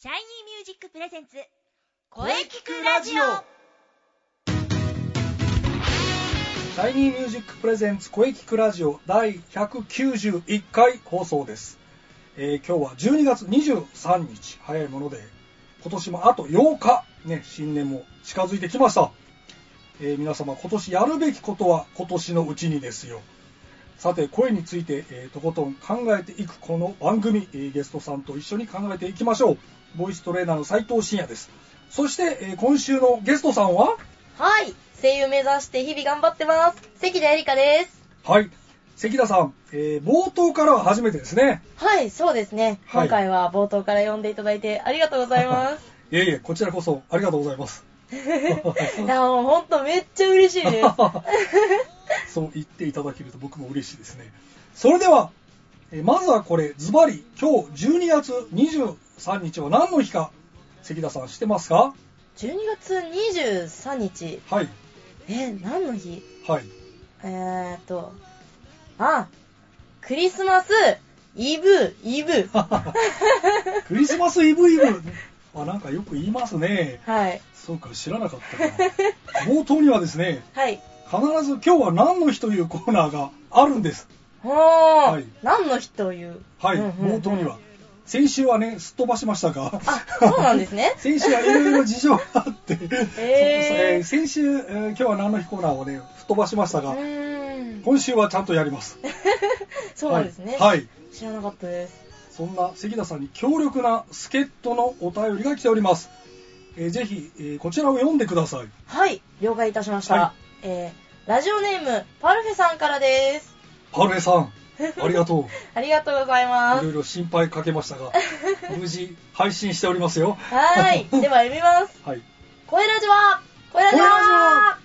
シャイニーミュージックプレゼンツ声聞くラジオシャイニーミュージックプレゼンツ声聞くラジオ第191回放送です、えー今日は12月23日早いもので今年もあと8日、ね、新年も近づいてきました、えー皆様今年やるべきことは今年のうちにですよさて声について、えーとことん考えていくこの番組、えーゲストさんと一緒に考えていきましょうボイストレーナーの斉藤真也ですそして、えー今週のゲストさんははい、声優目指して日々頑張ってます。関田絵里香です。はい関田さん、えー冒頭からは初めてですねはい、そうですね。はい今回は冒頭から呼んでいただいてありがとうござい ます。いえいえ、こちらこそありがとうございます。いや、もうほんとめっちゃ嬉しい です。そう言っていただけると僕も嬉しいですね。それでは、えーまずはこれ、ズバリ、今日12月23日は何の日か、関田さん知ってますか12月23日。はい、え、何の日はい。えーっと、あ、クリスマス、イブ、イ ブ。クリスマスイブイブ。 あ、なんかよく言いますね。はい。そうか、知らなかったな。冒頭にはですね、はい。必ず今日は何の日というコーナーがあるんです。ほー、はい何の日という。はい、うんうんうん冒頭には。先週はね、すっ飛ばしましたが。。あ、そうなんですね 先週はいろいろ事情があって、えーー先週、えー今日は何の日コーナーをね、吹っ飛ばしましたうが、ーん。今週はちゃんとやります。そうなんですね。はい。はい知らなかったです。そんな関田さんに強力な助っ人のお便りが来ております。えーぜひ、えーこちらを読んでください。はい、了解いたしました。はえー、ラジオネーム、パルフェさんからです。パルエさ ん、ありがとう。ありがとうございまいろいす。ろ心配かけま したが、無事配信しておりますよ。は ーい、では読みます。はい。声ラジは声ラジ声ラジはは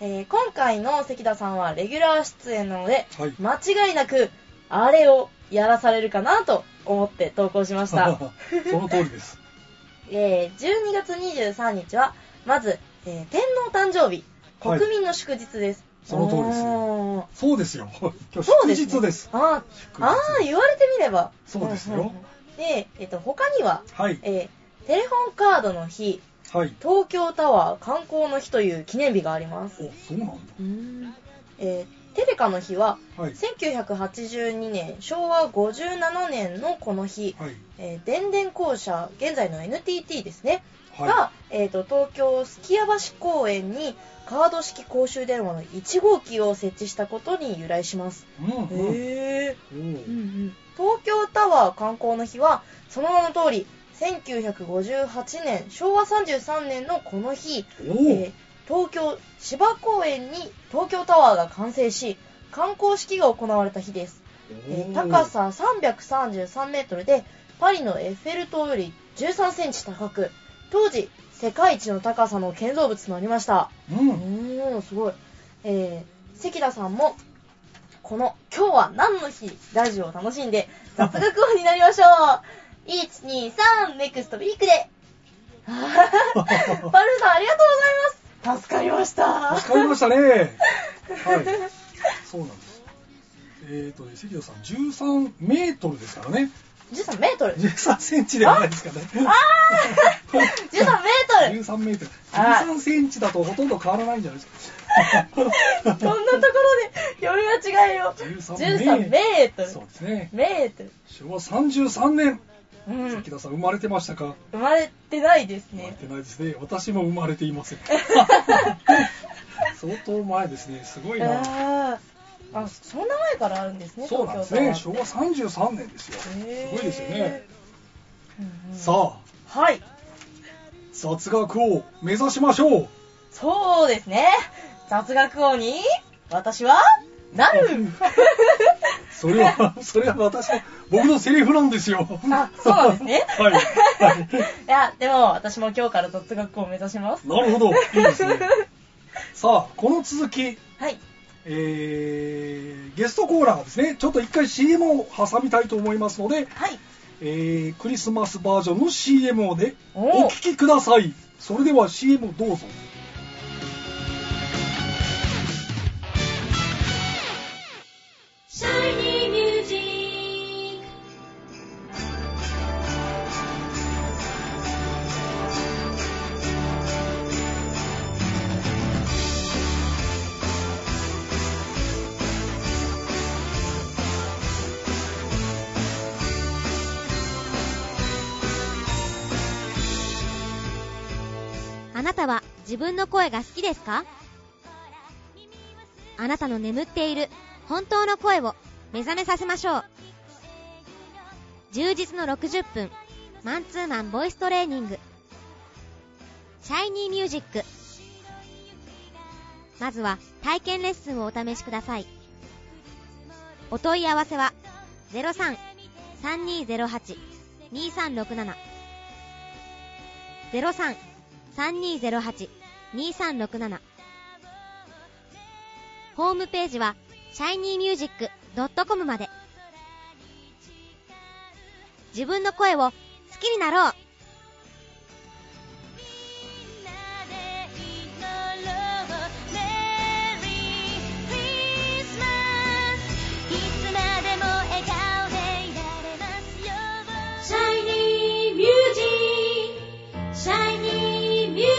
えー、今回の関田さんはレギュラー出演なので、はい間違いなく、あれをやらされるかなと思って投稿しま しそた。の通りです。 えー、12月23日は、まず、えー、天皇誕生日、はい国民の祝日です。その通りですねおーそうですよ。今日そう祝で日す、ね。です。あー祝日ああ、言われてみれば。そうですよんんんで、えっと、他には、はい。えーテレホンカードの日、はい。東京タワー観光の日という記念日があります。お、そうなんだ。えーテレカの日は、はい。 1982年、昭和57年のこの日、はい。えー電電公社、現在の NTT ですね、はが、えーと、東京すきや橋公園にカード式公衆電話の1号機を設置したことに由来します。い。うん、うん。へーおー東京タワー観光の日はその名の通り1958年昭和33年のこの日、おーえー東京芝公園に東京タワーが完成し観光式が行われた日です、えー高さ333メートルでパリのエッフェル塔より13センチ高く当時世界一の高さの建造物となりましたうんうーんすごい、えー、関田さんもこの「今日は何の日」ラジオを楽しんで雑学王になりましょう123ネクストビーク であーパルさんありがとうございます助かりました助かりま したねはいそうなんですえっ、とね関田さん13メートルですからね13メートル13センチではないですかね 13メートル13メートルあ13センチだとほとんど変わらないんじゃないです こんなところで読み間違えよか13メートルルそうですねメートル昭和33年、うん関田さん生まれてましたか生まれてないです生まれ ねてないですね私も生まれていま せん相当前ですねすごいなあーあそんな前からあるんですねそうなんですね東京昭タ和ワーって33年ですよすへーごいですよねうんうんさあはい雑学を目指しましょうそうですね雑学王に私はなる それ はそれは私の僕のセリフなんですよあそうなんですね はい、 はいやでも私も今日から雑学王を目指しますい、なるほどいいです ねさあこの続きはいえーゲストコーナーですねちょっと一回 CM を挟みたいと思いますので、はいえークリスマスバージョンの CM をでおーお聞きくださいそれでは CM をどうぞシャイニーミュージックなたは自分の声が好きですかあなたの眠っている本当の声を目覚めさせましょう充実の60分マンツーマンボイストレーニングシャイニーミュージックまずは体験レッスンをお試しくださいお問い合わせは03-3208-2367 03-3208-2367ホームページは shinymusic.com まで自分の声を好きになろうシャイニーミュージックシャイニーミュージック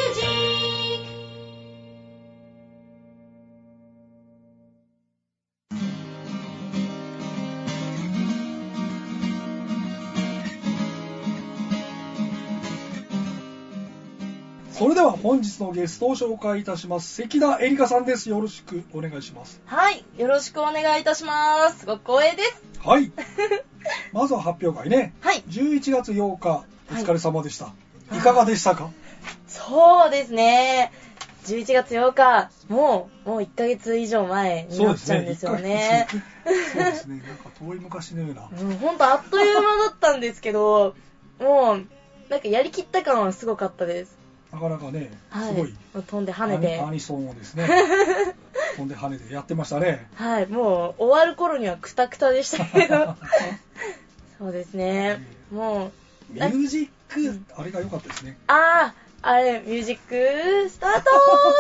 それでは本日のゲストを紹介いたします関田絵里香さんですよろしくお願いしますはい、よろしくお願いいたします。ご光栄です。 はいまずは発表会ねはい、 11月8日おはい疲れ様でした、い、かがでしたかそうですね。11月8日、もう、もう1ヶ月以上前になっちゃうんですよね。 1回そうですねなんか遠い昔のような うん、ほんとあっという間だったんですけど、もう、なんかやりきった感はすごかったです。なかなかねはすごい、もう飛んで跳ねてア。ニソンをです ね飛んで跳ねてやってましたねはい、もう終わる頃にはクタクタでしたけど。そうですね。もう、ミュージックあれが良かったですねあー、あれ、ミュージックスタート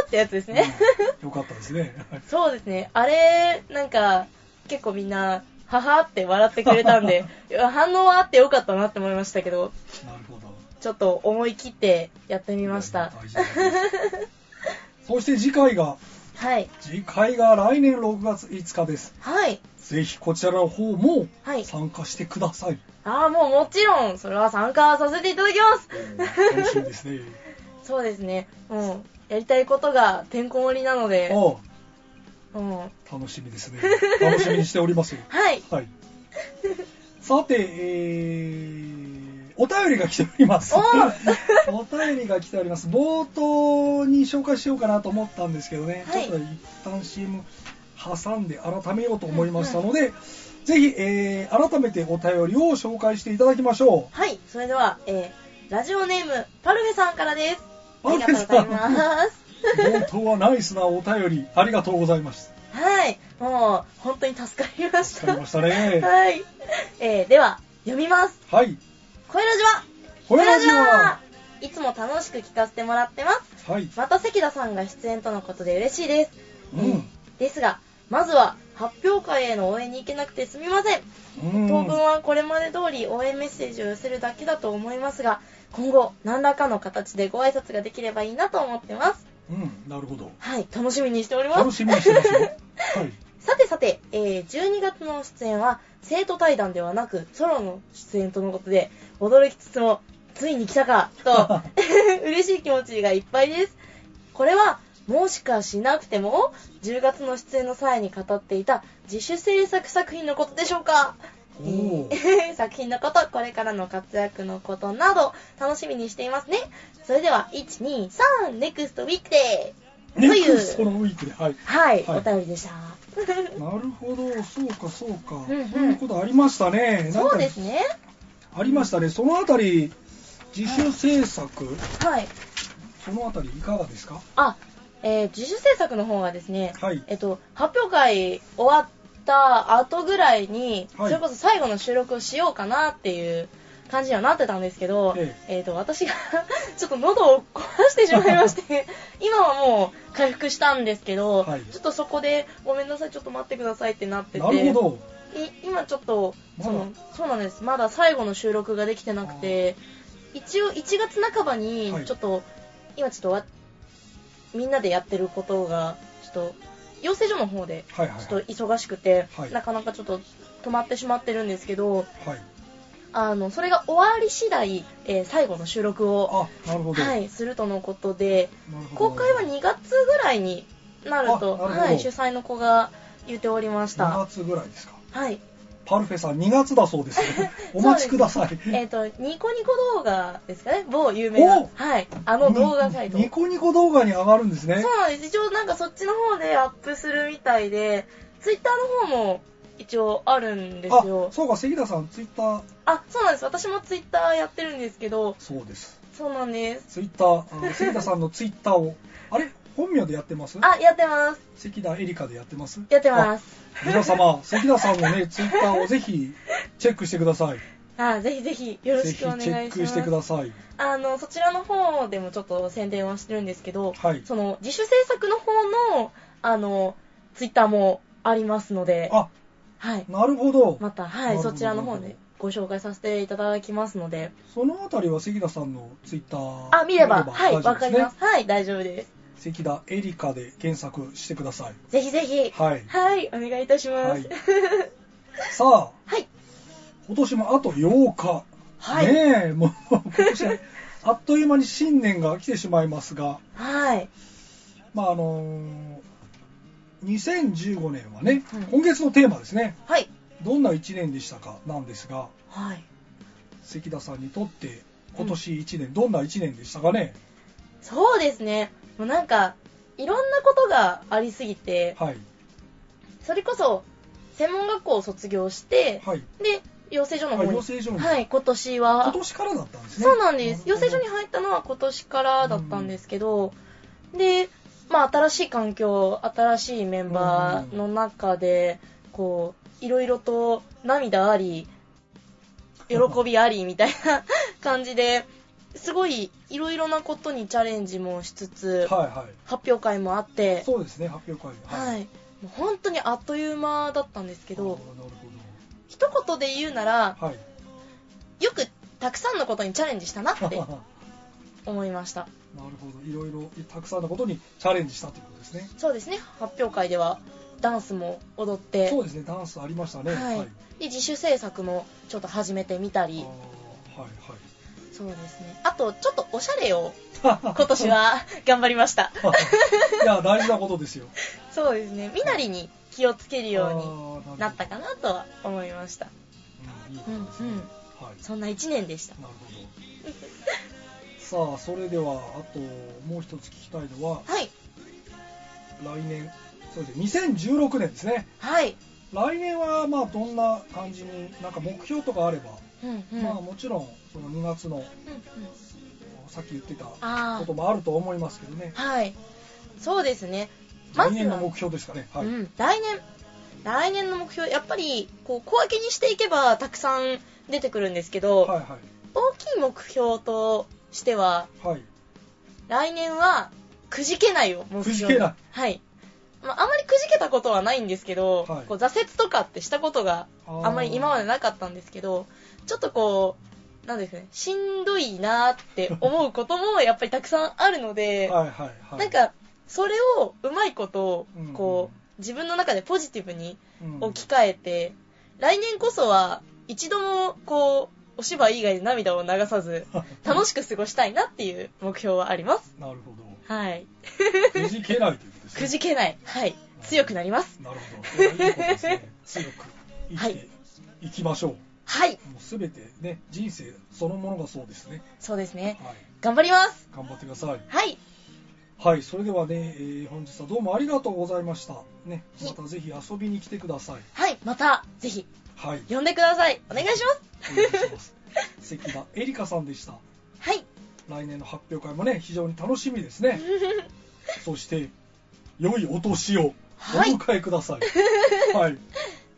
ーってやつですね。良かったですねそうですね。あれ、なんか、結構みんな、ははって笑ってくれたん で、いや反応はあってよかったなって思いましたけど、なるほどちょっと思い切ってやってみました。 大事なことですそして次回がはい。次回が来年6月5日ですはい。ぜひこちらの方もはい。参加してください、ああ、もうもちろん、それは参加させていただきます。楽しみですね そうですね。もう、やりたいことがてんこ盛りなので、おうん。楽しみですね楽しみにしておりますよはい。はい。さて、えー、お便りが来ております。 お便りが来ております。冒頭に紹介しようかなと思ったんですけどね、はいちょっと一旦 CM 挟んで改めようと思いましたので、ぜひ、えー、改めてお便りを紹介していただきましょはい。それでは、えー、ラジオネーム、パルフェさんからです。あパルりフェがとうさんございます。 う。冒頭はナイスなお便り、ありがとうございましはい。もう、本当に助かりまた。し助かたり。ましたね。はい。えー、では、読みます。はい。声ラジはほやらじはいつも楽しく聞かせてもらってます。はい。また関田さんが出演とのことで嬉しいです。うですが、まずは発表会への応援に行けなくてすみません。ん。うん。当分はこれまで通り応援メッセージを寄せるだけだと思いますが、今後、何らかの形でご挨拶ができればいいなと思ってます。うん、なるほど。はい、楽しみにしております楽。しみにしてます よ。はい。さてさて、えー12月の出演は生徒対談ではなくソロの出演とのことで驚きつつもついに来たか と 嬉しい気持ちがいっぱいですこれはもしかしなくても10月の出演の際に語っていた自主制作作品のことでしょうかおえー。ー 作品のことこれからの活躍のことなど楽しみにしていますねそれでは123ネクストウィークでね、というそのウィークで、はい。はい、はいお便りでしたなるほど、そうか、そうか。うんうんそういうことありましたね。なんそうかですねありましたね。そのあたり、自主制作、はいそのあたりいかがですかあ、えー自主制作の方がですね、はい。えっと、発表会終わった後ぐらいに、はいそれこそ最後の収録をしようかなっていう感じにはなってたんですけど、ええっと、私が ちょっと喉を壊してしまいま して、今はもう回復したんですけど、はいちょっとそこでごめんなさい、ちょっと待ってくださいってなってて、なるほい今ちょっとまだそのそうなんですまだ最後の収録ができてなくて一応1月半ばにはいちょっと、今ちょっとわみんなでやってることがちょっと養成所の方でど。はいちはょっと忙しくて、はいなかなかちょっと止まってしまってるんですけどい。はい。あのそれが終わり次第、えー最後の収録を、あなるほど、はい、するとのことでなるほど公開は2月ぐらいになるあとなるほどはい、主催の子が言っておりまし2た、月ぐらいですかはいパルフェさん2月だそう ですよお待ちくださいえっ、とニコニコ動画ですかね某有名なおはいあの動画サイトにニコニコ動画に上がるんですねそうなんです。一応なんかそっちの方でアップするみたいで、ツイッターの方も一応あるんですよあ。そうか関田さんツイッターあ、そうなんです。私もツイッターやってるんですけど、そうですそうなんです。ツイッターあの関田さんのツイッターをあれ本名でやってますあ、やってます。関田エリカでやってますやってます。あ皆様関田さんの ねツイッターをぜひチェックしてくださいあ、ぜひぜひよろぜしひくチおェ願いします。ックしてくださいあの、そちらの方でもちょっと宣伝はしてるんですけど、はいその自主制作の方の、あの、ツイッターもありますので、あはい。なるほど、また、なはるい、ほどそちらの方でご紹介させていただきますので、そのあたりは関田さんのツイッターあ、見れば、は大い、丈夫わでかすりねます。はい、大丈夫です。関田エリカで検索してくださいぜひぜひ。はいはい、お願いいたしまはすい。さあはい。今年もあと8日、はい。ねえもう今年は あっという間に新年が来てしまいますがはい。まああの2015年はね、はい今月のテーマですねはい。どんな1年でしたかなんですがはい。関田さんにとって今年1年、どんな1年でしたかねそうですね。もうなんか、いろんなことがありすぎて、はいそれこそ、専門学校を卒業して、はいで、養成所のあ方養に。成所に、はい、今年今は。年からだったんですねそうなんです。養成所にる入ったのは今年からだったんですけど、で、まあ、新しい環境、新しいメンバーの中で、こう、いろいろと涙あり、喜びありみたい な感じで、すごいいろいろなことにチャレンジもしつつ、ほどはいは発表会もあっいて、そうですね発表会はいい。もう本当にあっという間だったんですけあーなどる、一言で言うならほ、どはいよくたくさんのことにチャレンジしたなって なる思いました。ほどいろいろたくさんのことにチャレンジしたということですねそうですね発表会ではダンスも踊ってそうですねダンスありましたねはいはいで自主制作もちょっと始めてみたあーりはいそうですねあとちょっとおしゃれをはい 今年は頑張りました いや大事なことですよそうですね身なりに気をつけるようあーになったかなとは思いましたうんいいことうんうんですねはいそんな1年でしたなるほどさあそれではあともう一つ聞きたいのははい来年そうですね2016年ですねはい来年はまあどんな感じになんか目標とかあれば、うんうん、まあもちろんその2月のうんうんさっき言ってたこあともあると思いますけどねあはいそうですねま来ず年のは目標ですかねはい、うん、来年来年の目標やっぱりこう小分けにしていけばたくさん出てくるんですけど、はいは大きい目標としてはいはい来年はくじけないを目標にくじけないはい、まあ、あまりくじけたことはないんですけど、はいこう挫折とかってしたことがあんまり今まででなかったんですけどちょっとこうなんですかねしんどいなーって思うこともやっぱりたくさんあるので、はいはいはいなんかそれをうまいことをこう、自分の中でポジティブにうん置き換えて、来年こそは一度もこうお芝居以外で涙を流 さず楽しく過ごしたいなっていう目標はあります なるはいほどくじけないということですねく じけないはい強くなりますなるほどいやいいことですね強く生きていきましょう、はいもうすべてね人生そのものがそうですねそうですねはい頑張ります頑張ってくださいはいはいそれではね、えー本日はどうもありがとうございましたねまたぜひ遊びに来てくださいはいまたぜひはい呼んでくださいお願いしますお願いします 関田エリカさんでした はい 来年の発表会もね非常に楽しみですねそして良いお年をおはい迎えください、はい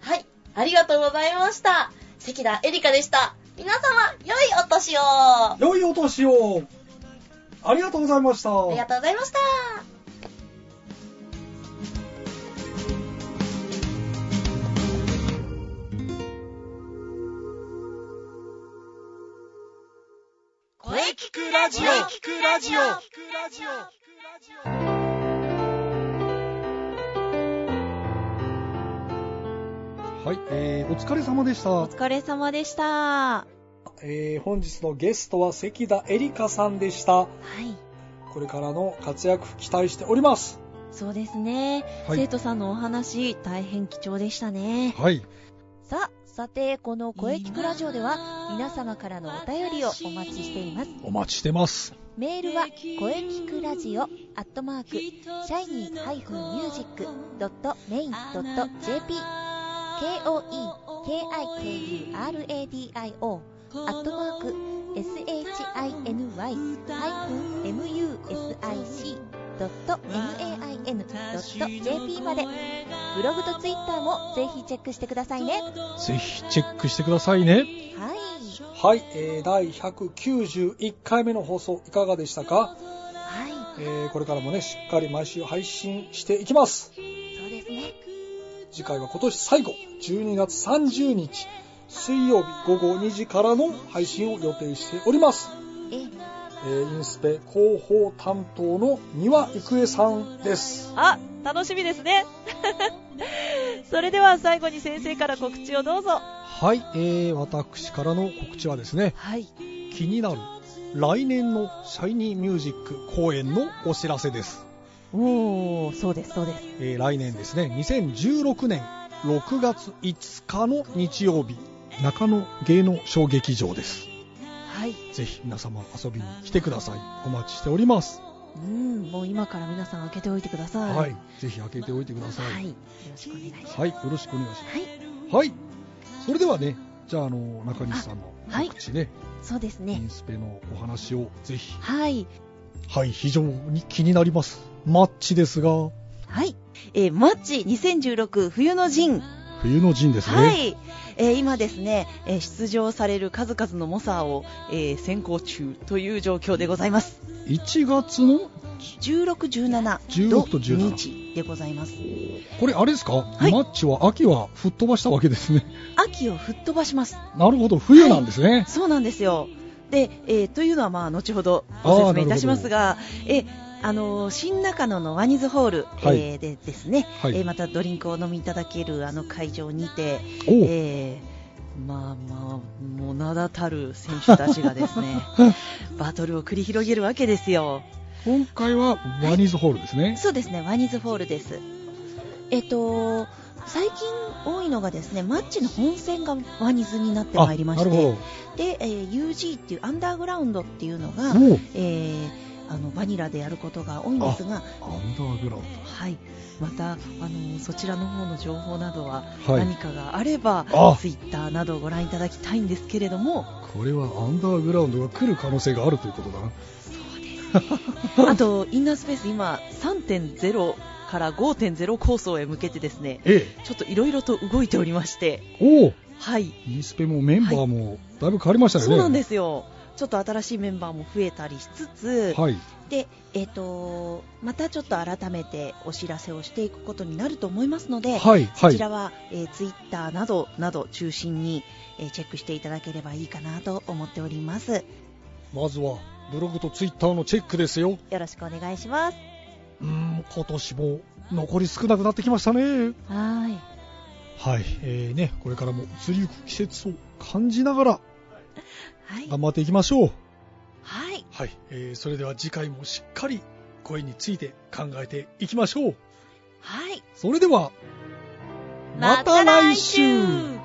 はいありがとうございました関田エリカでした皆様良いお年をあ良いお年をありがとうございましたりがとうございました声聞くラジオ聞くラジオはい、えーお疲れ様でしたお疲れ様でした。えー本日のゲストは関田エリカさんでした。はい。これからの活躍期待しております。そうですね。はい生徒さんのお話、大変貴重でしたね。はい。さあ、さて、この声聞くラジオでは、皆様からのお便りをお待ちしています。お待ちしてます。メールは、声聞くラジオ、アットマーク、シャイニー -music.main.jp、k-o-e-k-i-k-u-r-a-d-i-o、アットマーク、shiny-music.main.jp まで、ブログとツイッターもぜひチェックしてくださいね。ぜひチェックしてくださいね。はい。はい、えー第191回目の放送いかがでしたか、はえーこれからもね、しっかり毎週配信していきます。い、そうですね。次回は今年最後、12月30日、水曜日午後2時からの配信を予定しております。え、えーインスペ広報担当の丹羽郁恵さんです。あ、楽しみです ね。それでは最後に先生から告知をどうぞ。はい、えー、私からの告知はですね、はい。気になる来年のシャイニーミュージック公演のお知らせです。おー、そうです、そうです。えー来年ですね2016年6月5日の日曜日中野芸能小劇場ですはい。ぜひ皆様遊びに来てくださいお待ちしておりますうん、もう今から皆さん開けておいてください。はい、ぜひ開けておいてくださはいい。よろしくお願いします。はい、よろしくお願いしまはい。すはいそれではねじゃああの中西さんのあはい告知ね、そうですイね。ンスペのお話をぜひはい。はい非常に気になりますマッチですがはい。えーマッチ2016冬の陣。冬の陣ですね、はい、えー今ですね、えー出場される数々の猛者を、えー先行中という状況でございます。 1月の16、17 16と17日でございます。これあれですか、いマッチは秋は吹っ飛ばしたわけですね秋を吹っ飛ばします。なるほど冬なんですね、そうなんですよ。で、えーというのはまあ後ほどご説明いたしますが、えあのー新中野のワニズホール、はいえーでですね、はいえーまたドリンクをお飲みいただけるあの会場にて、おうえーまあまあ、もう名だたる選手たちがで すね、バトルを繰り広げるわけですよ。今回はワニーズホールですね、そうですね、ワニズホールです。えっ、と、最近多いのがですね、マッチの本戦がワニズになってまいりましあなるて、ほで、えー UG っていうアンダーグラウンドっていうのが、どおうえーあのバニラでやることが多いんですが、アンダーグラウンはい、また、あのそちらの方の情報などはドはい何かがあれば、あツイッターなどをご覧いただきたいんですけれども、これはアンダーグラウンドが来る可能性があるということだなあと、インナースペース、今、3.0から5.0構想へ向けてですね、えちょっといろいろと動いておりまして、えおおはい、インスペもメンバーもだいぶ変わりましたよね、そうなんですよ。ちょっと新しいメンバーも増えたりしつつ、はいで、えっ、と、またちょっと改めてお知らせをしていくことになると思いますので、はいそはちいらは、えツイッター Twitter などなど中心に、えーチェックしていただければいいかなと思っております。まずはブログとツイッターのチェックですよよろしくお願いします。うーん今年も残り少なくなってきましたねはい。はい、えーね、これからも移りゆく季節を感じながらはい。頑張っていきましょうはい。はい、えーそれでは次回もしっかり声について考えていきましょう。はい。それでは、また来週